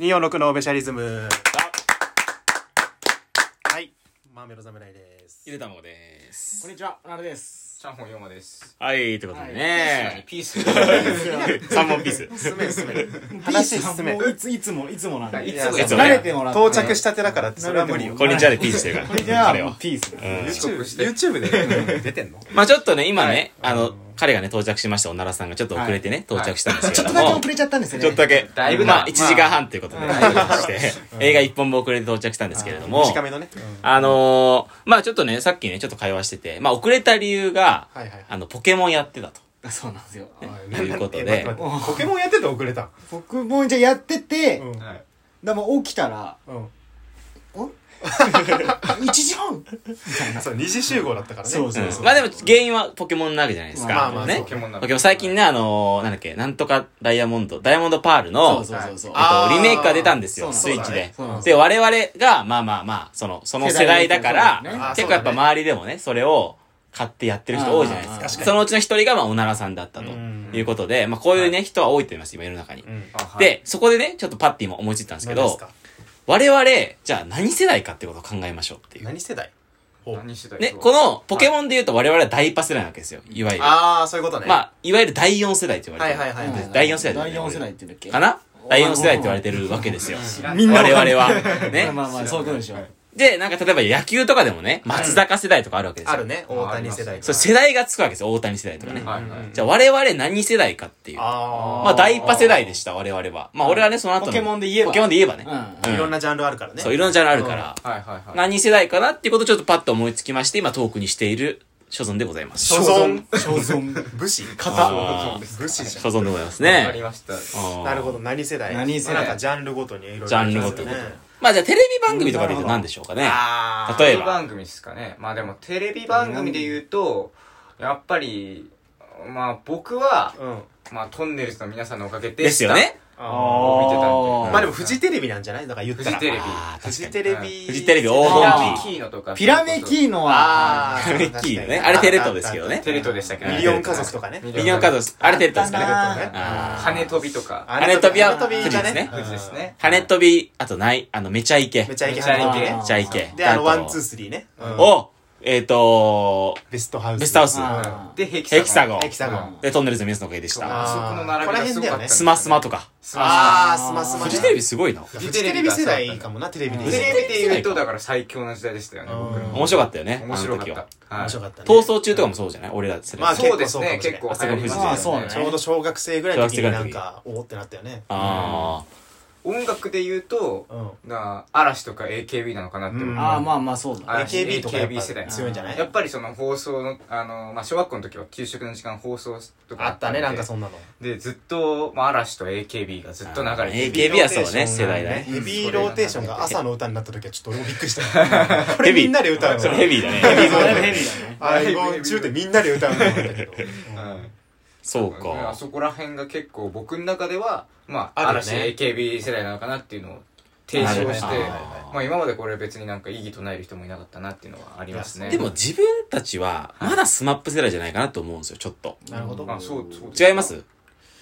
246のオベシャリズムはいマーメロ侍ですゆでたまごですこんにちは、おなるです。シャンホンヨマです。はいということでねピ ース。 3本ピース進め進め話進めもういついつもいつもなんで。いつもいつも慣れてもらって。到着したてだからってそれは無理よこんにちはでピースしてるからこれじゃあ、彼もうはピース。遅刻して YouTube で出てんのまあちょっとね今ねあの彼がね到着しましたおならさんがちょっと遅れてね到着したんですちけょどっとだけも遅れちゃったんですよね。ちょっとだけだいぶなまあ1時間半ということでして映画1本分遅れて到着したんですけれども短めのねあのーまあちょっとねさっきねちょっと会話しててまあ遅れた理由がはいはいあのポケモンやってたとあそうなんですよ。ということでえ待って待ってポケモンやってて遅れた僕もじゃあやってて、うんはい。でも起きたら、うんお ?1 時半 そう二次集合だったからねそうそううんそう。まあでも原因はポケモンなわけじゃないですか。まあまあね。そうポケモンなポケモン最近ね、あのーなんだっけ、なんとかダイヤモンド、ダイヤモンドパールの、そうそうそえうっとあーリメイクが出たんですよ、スそうイなッんだチでそうなんだ。で、我々が、まあまあまあ、その、その世代だかから、世代だらそうだね結構やっぱあそうだね周りでもね、それを買ってやってる人多いじゃないあーです確か。そのうちの一人が、まあ、おならさんだったとうんいうことで、まあこういうね、人は多いと思います、今世の中に。うんあ、はい、で、そこでね、ちょっとパッティも思いついたんですけ何ですど、か我々、じゃあ何世代かってことを考えましょうっていう。何世代ほう何してたね、この、ポケモンで言うと我々は大パ世代なわけですよ、いわゆる。ああそういうことねまあ、いわゆる第4世代って言わはれいてる。はいはいはい第4世代だよ第ね4世代って言うんだっけかな第4世代って言われてるわけですよ。のみん我な々は。ね。 ね。まあまあ、そういうことでしょ。で、なんか例えば野球とかでもね、松坂世代とかあるわけですよ。ある。ね大谷世代そう、世代がつくわけですよ。大谷世代とかね。はいはい。じゃあ我々何世代かっていう。ああまあ、第一波世代でした、我々は。まあ、俺はね、その後のポケモンで言えばポケモンで言えばね。ううんいろんなジャンルあるからねそう、いろんなジャンルあるから。はいはいはい。何世代かなっていうことをちょっとパッと思いつきまして、今トークにしている所存でございます。所 存所存。武士あー武士じゃん所存でございますわかりね。ました。ななるほど何世代何世代まあなんかジャンルごとにいろいろジャンルごとにまあじゃあテレビ番組とかで言うと何でしょうかね。あ例えばテレビ番組ですかね。まあでも、テレビ番組で言うと、やっぱり、まあ僕は、ばうんまあトンネルズの皆さんのおかげで、ですよ。ね。あ見てたんで。あーまあでもフジテレビなんじゃないだから言ったらフジテレビあフー確かジにテレビフジテレビ黄ピラ金メ期。キーノとか。ピラメキーノは、ああピラメキーノねあれテレ東ですけどねテレ東でしたけどミリオン家族とかねミミリオンカードです、あれテレ東ですあったかなね。あ羽飛びとか。羽飛びは羽富士ですね富士ですね。ー羽飛び、あとない、あの、めちゃイケ。めめちゃイケめちゃイケちゃイケ。であのとワンツースリーねうんを、えっと、ベストハウスベストハウスあーで、ヘキサゴン。ヘキサゴンエ。キサゴンで、トンネルズの皆さんのおかげでしあた。そこの並びがすごかったんですよね。スマスマとか。スマスマ。あースマスマフねジテレビすごいな。フジテレビ世代かもなテレビでテレビで言うと、だから最強の時代でしたよね、僕らうんの。面白かったよね。面白あのかっ時は。た。はい面白かったね逃走中とかもそうじゃない俺ら世まあ代。そうですね、結結構構そうかもしれないあそこ富士ちょうど小学生ぐらいの時になんかおおってなったよねあ音楽で言うと、うな嵐とか AKB なのかなって思う。うんああ、まあまあ、そうだ。嵐 AKB とかやっ AKB 世代ぱ強いんじゃないやっぱりその放送の、あの、まあ、小学校の時は給食の時間放送とかあったねなんかその。んなので、ずっと、まあ、嵐と AKB がずっと流れてあー AKB ヘビーはそうね世代だねヘビーローテーションが朝の歌になった時はちょっと俺もびっくりした。これみんなで歌うあ。の。それヘビーだね。ヘビー そうだねヘビーだね。アイゴン中ってみんなで歌うのなんだけど。うんそうねあか。そこら辺が結構僕の中では、まああ、るよ嵐ね AKB 世代なのかなっていうのを提唱してなるほどあ、ーまあ今までこれ別になんか異議とないる人もいなかったなっていうのはありますね。でも、自分たちは、まだスマップ世代じゃないかなと思うんですよ、ちょっと。なるほど。あ、そう、そう違います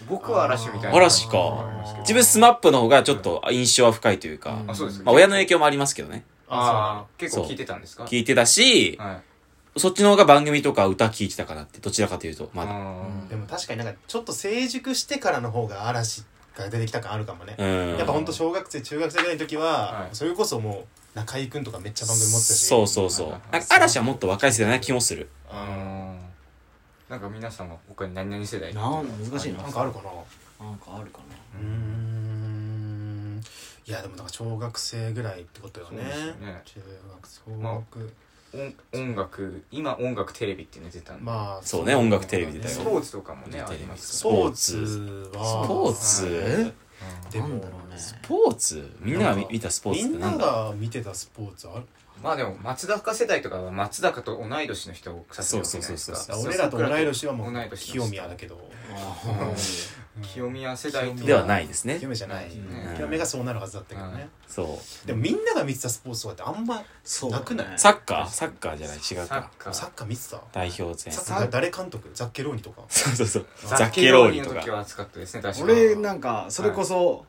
僕は嵐みたいな。嵐かありますけど自分スマップの方がちょっと印象は深いというか、うんまあ、そうですあ親の影響もありますけどね。ああ、結構聞いてたんですか聞いてたし、はい。そっちの方が番組とか歌聞いてたかなって、どちらかというと、まだ。あでも確かになんかちょっと成熟してからの方が嵐が出てきた感あるかもね。うん。やっぱほんと小学生、中学生ぐらいの時はは、いそれこそもう中居くんとかめっちゃ番組持ってたし。そうそうそう。なんか嵐はもっと若い世代な気もする。ーうんなんか皆さんは他に何々世代なん難しいな。なんかあるかななんかあるかうーん。いやでもなんか小学生ぐらいってことよねそうですよね。中学、小学。音音楽、今音楽テレビっていうの出たんで。まあ。そうね音楽テレビ出たよスポーツとかもね、あテレビりますスかポーツはスポーはいツな。でなもんだろうね。スポーツみんなが見なんか見たスポーみツってんななんだが見てたスポーツあるらまあでも、松坂世代とかは松坂と同い年の人を指すわけじゃないですそうそうそうそか。俺らと同い年はも同いう年清宮だけどあど。清宮世代清で宮はないですね清。宮じゃないうん清宮がそうなるはずだったけどうねんそう。でもみんなが見てたスポーツとかってあんまそう。なくないサッカーサッカーじゃない違うサッか。カサッー。カー見てた代表戦。サそッカー誰監督ザッケローニとかうそうそう。ザザッッケケロローーニニのと時か。は熱かったですね、確か俺なんかそれこそ、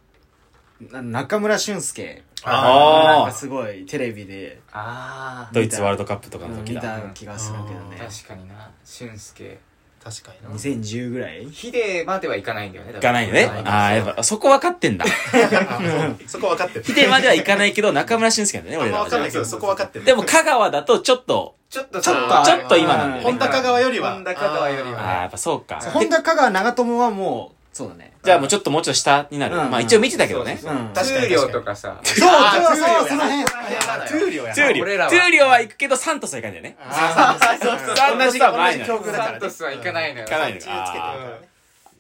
な中村俊介あーなんかすごいテレビでああドイツワールドカップとかの時見だ。た気がするけどね確かにな俊介確かにな2010ぐらいヒデまではいかないんだよねいかないよね。ああ、やっぱ、そこ分かってんだ。あ そこ分かってる来てまではいかないけど、中村俊介なんだね、あん俺まら分かんなは。いけどそこ分かってるでも、香川だと、ちょっと、ちょっとちょっとあーちょっと今なんだよね本田香川よりは本田香川よりあはあ、やっぱそうか。本田香川長友はもうそうだ ねじゃあもうちょっともうちょっと下になる。うんまあ一応見てたけどね。そうトそうそううん確かに数量とかさそうあーそうそうトゥーリオやそのトゥー辺リオやゥーリオ。俺らはトゥーリオは行くけど、サントスはいかんだよね。あーそうそうサントスは前同じな境の。遇だかサらントスはいかないのよ行かないのつけよてるからね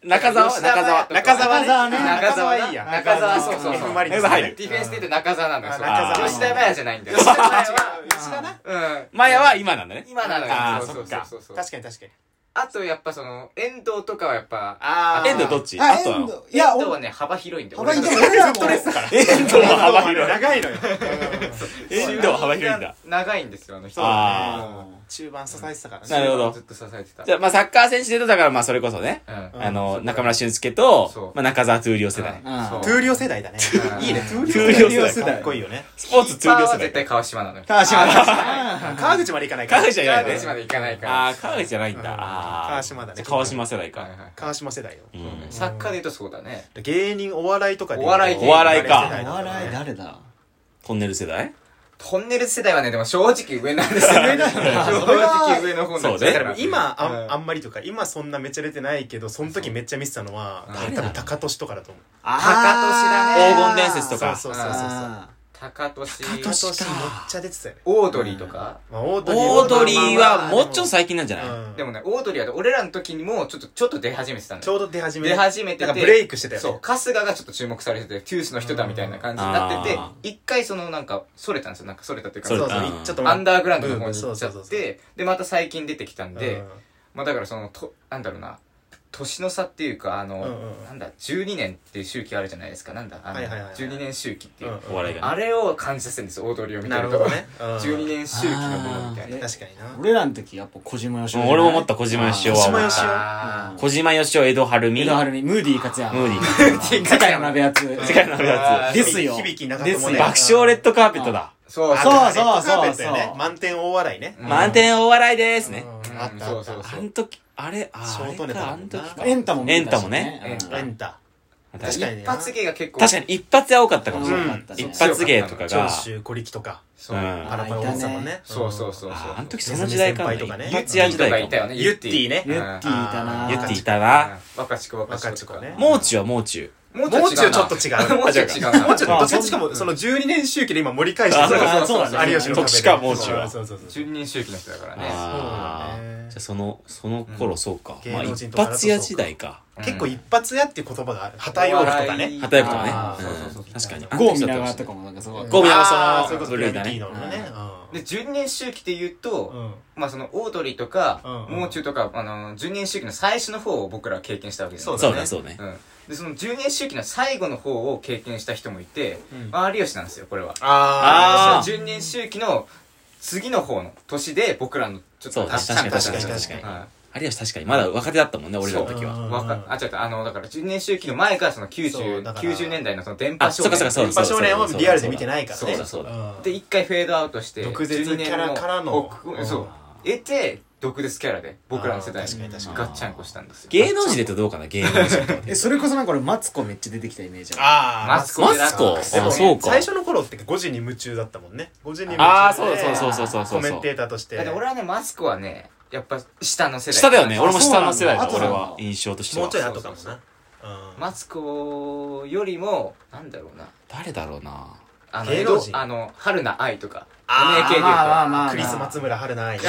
中澤は、吉田麻中也澤。中澤とかね。澤ね中中澤澤いいや中澤そうそう F そうマリノス中澤入るディフェンスで言うと中澤なんだよあそ中う澤吉田麻也じゃないんだよ吉吉田田麻也は吉麻也は田なうんマヤは今なんだね。今なのあよーそうそうそっかそうそう確かに確かにあとやっぱその遠藤とかはやっぱあーエンドどっちああとは遠藤いいや、や遠藤おはね、幅広いんだよ。幅広い俺俺らエもンドは幅 広い。長いのよエンドは幅広いんだ。。長いんですよ、あの人。あ中盤支えてたからなるほどずっと支えてた。あ。じゃあまあサッカー選手で言うと、だからまあそれこそね。うんんあその、う中村俊介とそう、まあ中澤トゥーリオ世代。うんそうトゥーリオ世代だねうんいいねトゥトーゥーリリオオ世世代代かっこいいよねスポーツトゥーリオキーパーは世絶代。対川島なのよ。川島川口までいかないから川口じゃない川ね口。まで行かないから。ああ、川口じゃないんだ。うんああ。川島だねじゃあ川島世代はいはか。い川島世代ようんそうねサッカーで言うとそうだね。芸人お笑いとかでお笑い芸人お笑いか世代おだらね笑い誰だトンネル世代トンネル世代はね、でも正直上なんですよ。正直上の方なんそですようだねから今あ,、ん、あうんまりとか今そんなめっちゃ出てないけどその時めっちゃ見てたのはそううん多分高俊とかだと思うだあー高利ね黄金伝説とかそうそうそうそうそうあ高俊、高俊めっちゃ出てたよね、オードリーとか。まあ、オードリーオードリーはもうちょっと最最近なんじゃないでもね、オードリーは俺らの時にもちょっと、ちょっと出始めてたんだちょうど出始め出始めててなんかブレイクしてたよねそう春日がちょっと注目されててトゥースの人だみたいな感じになっててうんあ一回そのなんかそれたんですよなんかそれたっていうそうそそうれかたちょっとアンダーグラウンドの方うんに行そっちゃうそうっそうそうてでまた最近出てきたんで、うんまあ、だからそのとなんだろうな年の差っていうかあの、うんうんなんだ12年っていう周期あるじゃないですかなんだあの、はいはいはいはい12年周期っていう、うんお笑いがあれを感じさせるんですよ大通りを見てなるるとほどね、うん12年周期のものみたいなあ確かになー俺らの時やっぱ小島よしおうん俺も思った小島よしおは思小島よっしおた。あ小島よしお、江戸晴江美。戸春美ムーディー勝也ムーディーィ世界の鍋やつ世界の鍋やつですよ響き長で友すねよ爆笑レッドカーペットだ。ーそうあそうレッドカーペットよそうそうねそう満点大笑いねうん満点お笑いですね。うんうんあったそあうっそたうそあうん時、あれ、あシーョあれートネタだもか、あんんな時か。エンタも見エてンたタしもね。ねうんエンタ確確かかに一発芸が結構に一発屋多かったかもしれうんない。うん一発芸とか長が。州小力とかそう、うんパラパラ王様ねそうそうそうそうあーあの時そうその時代かもね。先輩とかね一発屋時代かとかもいたよねユッティねユッティいたなゆっていたたな。若ちこ若若ちちここねねもう中はもう中。ももう中ちょっと違うもうちょっと違うなもうちょっとどっちかあしかもその12年周期で今盛り返してるあそうだね有吉の壁で特殊かもう中はそうそうそうそう12人周期の人だからねあそうだあねじゃあそのその頃そうか、うんまあ芸能人一とかだと発屋時代かうん結構一発屋っていう言葉がある旗洋服とかね旗役とかねあーうんそうそうそう確かに郷見ながらととかもなんかすごいゴミのそあーのそういうこと部類だねヤンキーのねうんで12人周期で言うと、うんまあそのオードリーとか、うんもう中とかあの12人周期の最初の方を僕らは経験したわけじゃないそでうすかそうねそうねうんでその12年周期の最後の方を経験した人もいて、うんまあ、有吉なんですよこれはああー私は12年周期の次の方の年で僕らのちょっそとう確かに確かに確かにはい有吉確かにまだ若手だったもんね俺らの時そうはうんわかあ違う違うあのだから10年周期の前からそのそう90だから90年代のその電波あ少そ年っかそっかそうだ電波そ少年はうだそうだリアルで見てないからねそうだそうだうんで一回フェードアウトして毒舌12年キャラからの奥そう得て毒舌キャラで僕らの世代あー確かに確かにガッチャンコしたんですよ芸能人で言うとどうかな芸能人とかえそれこそなんか俺マツコめっちゃ出てきたイメージあるあーマツコマツコでもあそうか最初の頃って5時に夢中だったもんね5時に夢中でああそうそうそうそうそうそコうメそうンテーターとしてだって俺はねマスコはねやっぱ下の世代下だよね俺も下のあそ世うな代んだだ俺あはとなんだ印象としてもうはちょい後かもそうそなうんマスコよりもなんだろうな誰だろうなあの芸能人あの春菜愛とかあー NAK でいうとまあまあまあクリス松村春菜愛あ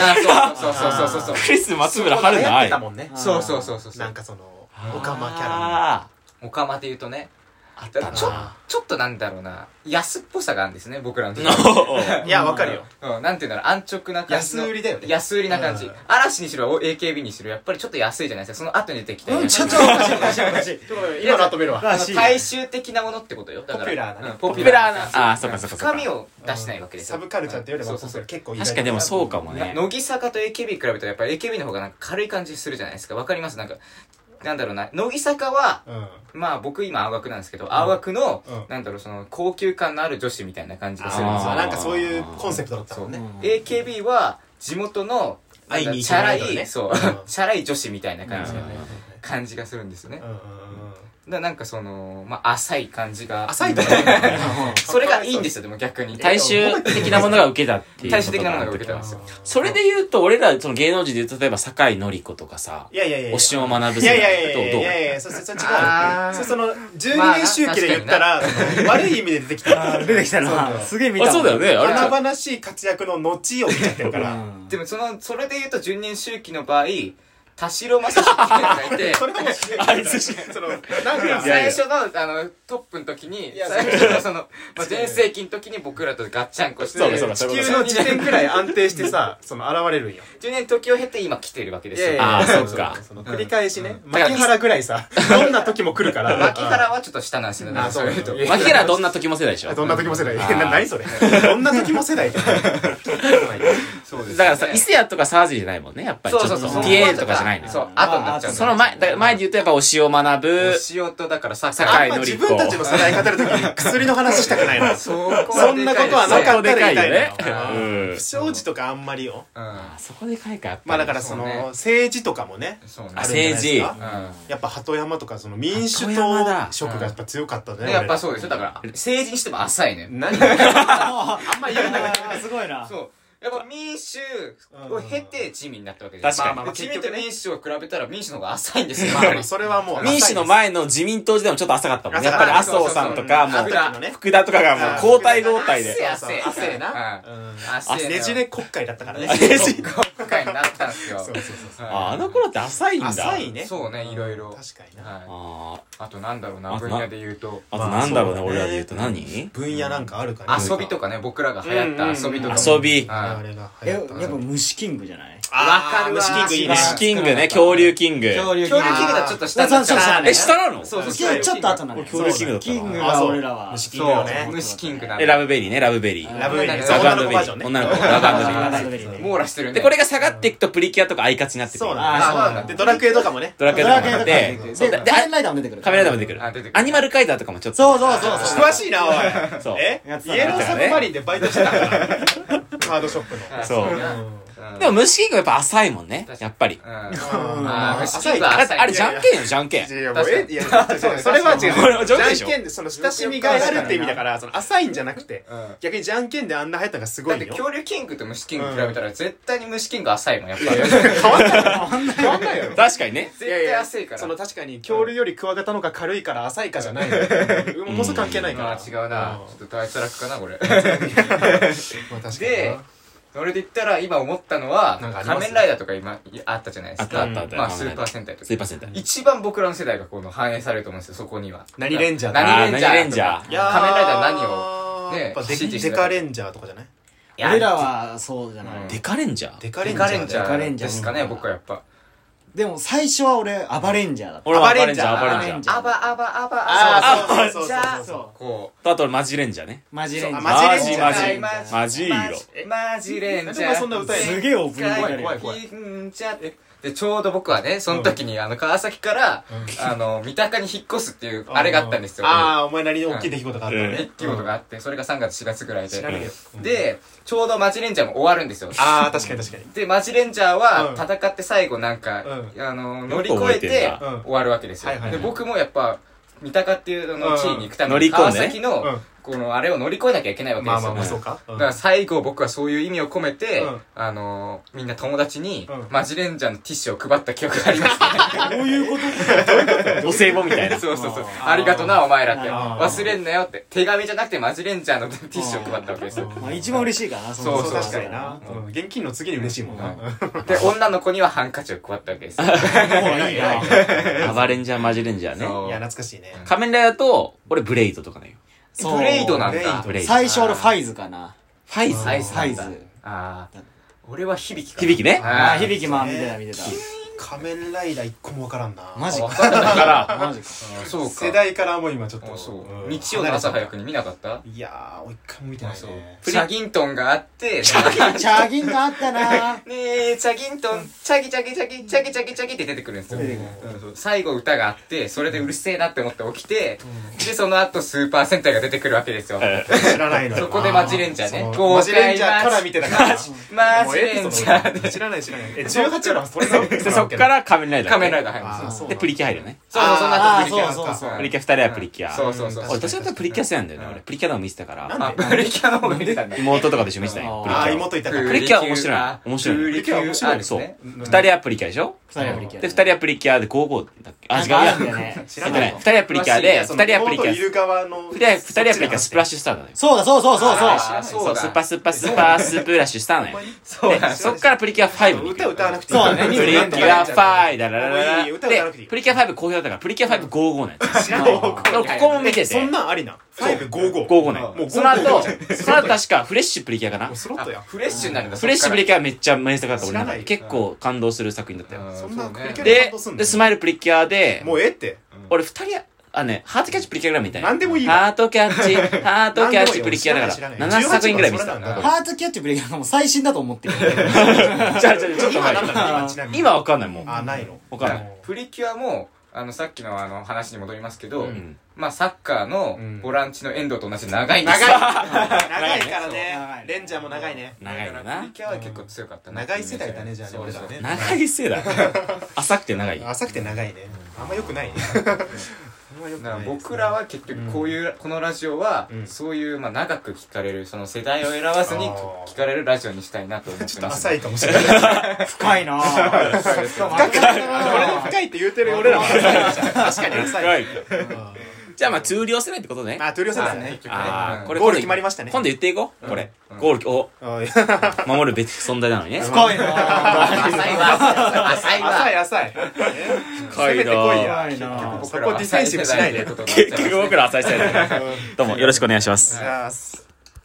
ーそうそうそうそうそうそうクリス松村春流菜行って愛たもんねあーそうそうそうそうそなうんかそのあーオカマキャオカマで言うとねあっただからなちょちょっとなんだろうな安っぽさがあるんですね僕ら の時ラいやわかるようん、なんていうんだろう安直な感じの安売りだよね安売りな感じ、うん嵐にしろ AKB にしろやっぱりちょっと安いじゃないですかその後に出てきて、うんちょっと今の後見るわあらのしい大衆的なものってことよだからポピュラーなねうんポポピピュュララーーななあーそうかそうかそうか深みを出しないわけですよサブカルチャーっていうよりそもうそうそう結構意外と確かにでもそうかもなね乃木坂と AKB 比べたらやっぱ AKB の方がなんか軽い感じするじゃないですかわかりますなんかなんだろうな、乃木坂は、うん。まあ僕今青学なんですけど、青学のうん、なんだろう、その高級感のある女子みたいな感じがするんですあよー。なんかそういうコンセプトだったそもうんね。 AKB は地元の、な会いんかに行チけャラないからい、ねそううん、 チャラい女子みたいな感じがうんね、感じがするんですよねう。んうんうんうん。だからなんかその、まあ浅い感じが。浅いとこだね それがいいんですよ、でも逆に。大衆的なものが受けたっていう。大衆的なものが受けたんですよ。それで言うと、俺ら、その芸能人で言うと、例えば、坂井紀子とかさ、いやいやいやいや。推しを学ぶい世や代いやいやいやとどいうやいやそそそれ違うあーそその12年周期で言ったら、その悪い意味で出てき た出てきたそうな。そうすげえ見た。あそうだよねあれ華々しい活躍の後を見ちゃってるから、うんでもその、それで言うと、順年周期の場合、田代正史っていうのがいて、それかもしれないあいつしそのなんかいや最初の、あの、トップの時にい、や最初のその、まあ、全盛期の時に僕らとガッチャンコして、そうだそうだ地そうだ球の時点くらい安定してさ その現れるんよ10年時を経て今来てるわけですよ。やあーそっかの繰り返しね、だから牧原ぐらいさどんな時も来るから牧原はちょっと下なんですよね。あそういうといやいや牧原はどんな時も世代でしあょどんな時も世代うんい やな何それどんな時も世代ってそうですよねだからさ、伊勢谷とか沢尻じゃないもんね、やっぱり。そうそうちそょうっそとう。ピエールとかじゃないのよ。そう、後になっちゃうあその前、だから前で言うと、やっぱ推しを学ぶ。塩とだからさ、あ酒ん井まの自り子分たちの世代語る時に薬の話したくないなそこそんなことはなかったら痛いのよそこでかいよね 不祥事とかあんまりようん。あそこでかいか、やっぱりまあだからそのそうね政治とかもねそうねあ。るんじゃないですか政うんやっぱ鳩山とかその民主鳩山党だ色がやっぱ強かったねでやっぱそうですよ。だから、政治にしても浅いね。何 あんま言うなよあーすごいな。そう。やっぱ民主を経て自民になったわけじゃ確かにまあまあまあ自民と民主を比べたら民主の方が浅いんですよ。まあまあそれはもう民主の前の自民党時代もちょっと浅かったもんね。やっぱり麻生さんとか、あものう時、のね福田とかがもう交代交代汗で。汗そうそう汗な。うんうん汗ねじれ国会だったからねねじれ国国会になったんですよ。そうそうそうそうああはいの頃って浅いんだ。浅いねそうねいろいろ確かになはいあーあとなんだろうな、あと分な野で言うと。あとなんだろうね、まあそうだね俺らで言うと何分野なんかあるかね遊びとかね、僕らが流行った遊びとかも。遊び。はいあれがえ、流や行っったぱな虫キングじゃないあーわかるわ虫キングいいね虫キングね、恐竜キング。恐竜キングだちょっと下になっちゃうあえ、下なのそうそう虫キングちょっと後なんだよ恐竜キングだったなキングあがそう俺らは。虫キングだそようね虫キングなえ、ラブベリーね、ラブベリー。ラブベリーねラブ女の子バージョンね女の子バジョンねラブベリーね網羅してるね。で、これが下がっていくとプリキュアとかアイカチになってくる。そうあーそうななんだんでドラクエとかもねドラクエとかもあっドラクエてとかも出てく、るそうでで、仮面ライダーも出てくる。カメラでも出てくあ出てる。くるアニマルカイダーとかもちょっと。そうそうそうそう。詳しいなおいそうえイエやロってたなーサブマリンでバイトしてたからカードショップのはいそううんでも、虫キングやっぱ浅いもんね確、かにやっぱり。うんあー虫キングはだっ浅ていあれじゃんけんよ、じゃんけん。いやいやもうえいやそうそれは違うこれはジョークでじしょゃんけんでその親しみがあるって意味だからその浅いんじゃなくてうん逆にじゃんけんであんな流行ったのがすごだっいてよ 恐竜キングと虫キング比べたら絶対に虫キング浅いもん、やっぱり。変わんない変わんない変わんないよ確かにね。絶対浅いから。その確かに恐竜よりクワガタの方が軽いから浅いかじゃないのようんもうそ関係ないからあー違うな。んちょっと大辛くかな、これ。まあ確かに でな、それで言ったら今思ったのはなんかあ、ります仮面ライダーとか今あったじゃないですか。あったあったあったまあ、ス仮面ーライダパーー戦隊とスーか。パーセンター。一番僕らの世代がこの反映されると思うんですよ、そこには。何レンジャーだ何レンジャーあー何レンジャーとか仮面ライダー何を。をねやっぱデ指示してデたカレンジャーとかじゃないいや俺らはそうじゃない。うんデカレンジャーデカレデンジャーだカレよンジャデカレンージャーですかね、僕はやっぱ。でも最初は俺、アバレンジャーだった。俺は暴暴れんれんじじゃゃうん、暴れんじゃアん。バ、アバ、アバ、アあバ、ーアそうそうバ、そうそうそうこう。とあとマジレンジャーね。マジレンそジャー。うマジレンジャージマジよマジレンジなんでおャ前ー。そんな歌えんのすげえオープニング怖い怖い怖い。で、ちょうど僕はね、その時に、あの、川崎から、あの、三鷹に引っ越すっていう、あれがあったんですよ。ああお前なりに大きい出来事があったのうんねっていうことがあって、それが3月4月ぐらい知らねえで。よで、ちょうどマジレンジャーも終わるんですよ。ああ確かに確かにで、マジレンジャーは戦って最後なんか、うあの、乗よくり越覚ええてんなてうん終わるわけですよはいはい。はで、い僕もやっぱ、三鷹っていうあうのん地位に行くた乗めりに、込んで川崎のうん、このあれを乗り越えなきゃいけないわけでまあすまあよまあ。そうかうだんから最後僕はそういう意味を込めて、うんあのーみんな友達に、うんマジレンジャーのティッシュを配った記憶があ ります ね。どういうことお歳暮みたいな。そうそうそう。あーありがとな、お前らって。あー忘れんなよって。手紙じゃなくてマジレンジャーのティッシュを配ったわけですよ。まあ一番嬉しいからな、そうそそうう確かになそううん現金の次に嬉しいもんなうんで、女の子にはハンカチを配ったわけですよ。もういいな。 アバレンジャー、マジレンジャーそね。ういや懐かしいね仮面ライダーと、俺ブレイドとかね。そうブレイドなんブレイドだ。ブレイド。最初俺ファイズかな。ファイズサイズなんだサイズ。ああ。俺は響きかな。響きねあーあ、響きまあ見てた見てた。仮面ライダー一個もわからんなマジわかんないだから、マジか。そうか世代からもう今ちょっあとそう。うん日曜の朝早くに見なかったいやー俺一回も見てないねチャギントンがあって、チャギンがあったなねえ、チャギントン、チャギチャギチャギ、チャギチャギチャギって出てくるんですよ出てくる。うんそう最後歌があって、それでうるせえなって思って起きて、で、その後スーパー戦隊が出てくるわけですよ。知らないのよそこでマジレンジャーねあ豪快マジレンジャーから見てたからマジレンジャーで。知らない知らないえ18話はそれがで、そっから仮面ライダー。仮面ライダダー入あるんでーすそよ。うで、プリキュア入るよね。そうそう、その後あープリキュア。そうそうそううんプリキュア二人はプリキュア。そうそうそう。俺、どちらかというとプリキュア好きなんだよね、俺。プリキュアのも見てたかなんでら。あ、プリキュアの方が見てたんだ。妹とかと一緒に見てたよ、プリキああュアを。妹いたからプリキュア面白い面白いプリキュア面白いですそうね。。二人はプリキュアでしょ二人はプリキュア。で、二人はプリキュアで55だっけあ、違うなんかあや。るんだよね。知えらっとないね、二人はプリキュアで、二人はプリキュアい。る側の二人は二人はプリキュア、スプラッシュスターだね。そうだ、そうそうそうそう。あーそう、スーパースーパースーパースープラッシュしたのよ。そうなんで、ですそっからプリキュア5に行く歌歌わなくていいそうプねリキュア5、だらららいい歌歌わらな。くていで、いプリキュア5好評だったから、プリキュア555のやつ。知らない方向でもここも見てそんて、なんありな555 55もうの55やつ。そ の後、その後確かフレッシュプリキュアかなもう。スロットやフレッシュになるんだ。フレッシュプリキキュアめっちゃ名作だった、俺知らの中なで。い結構感動する作品だったよ。そんなプリキュア感で動すん、ので、スマイルプリキュアで、もうええって俺二人は、あね、ハートキャッチプリキュアぐらい見たいな。何でもいいわハートキャッ チ、ハートキャッチプリキュアだ知らかなら、い知らない7作品ぐらい見てた。 18はそれなんだハートキャッチブレイキャーがもう最新だと思ってる。じゃあ、じゃあ、ちょっと今前なんだ今ちなみに今わかんないもん。あないのわかんない。プリキュアも、あの、さっきのあの話に戻りますけうど、んまあ、サッカーのうんボランチの遠藤と同じで長いんで長いすよ。 長いから長ねいレンジャーも長いね長いだよからプなリ。キュアは結構強かったな長い世代だねじゃあねそう俺そらうね長いせ いだ。浅くて長い。浅くて長いねあんま良くないねあんま良くだなからい僕らは結局こういう、このラジオは、うんそういう、まあ、長く聞かれる、その世代を選ばずにあー聞かれるラジオにしたいなと思ってます。浅いかもしれないこ深いなぁ。そうですよね深くないれでなぁ。深いって言うてる俺らも浅いじゃん確かには浅いいじゃあ、まあ、通量世代ってことね。まあトリオさんだそうねですねあうーんこれゴール今度決まりましたね今度言っていこう。これうん。ゴールをあい守るべき存在なのに ね。深いなぁ。 浅いわ。浅いわ。浅い浅 い深攻めていなこい 深いなやぁ。そこディフェンシブしないでということになっちゃい結ますね局僕ら浅い世代だね。どうもよろしくお願いします。じゃあ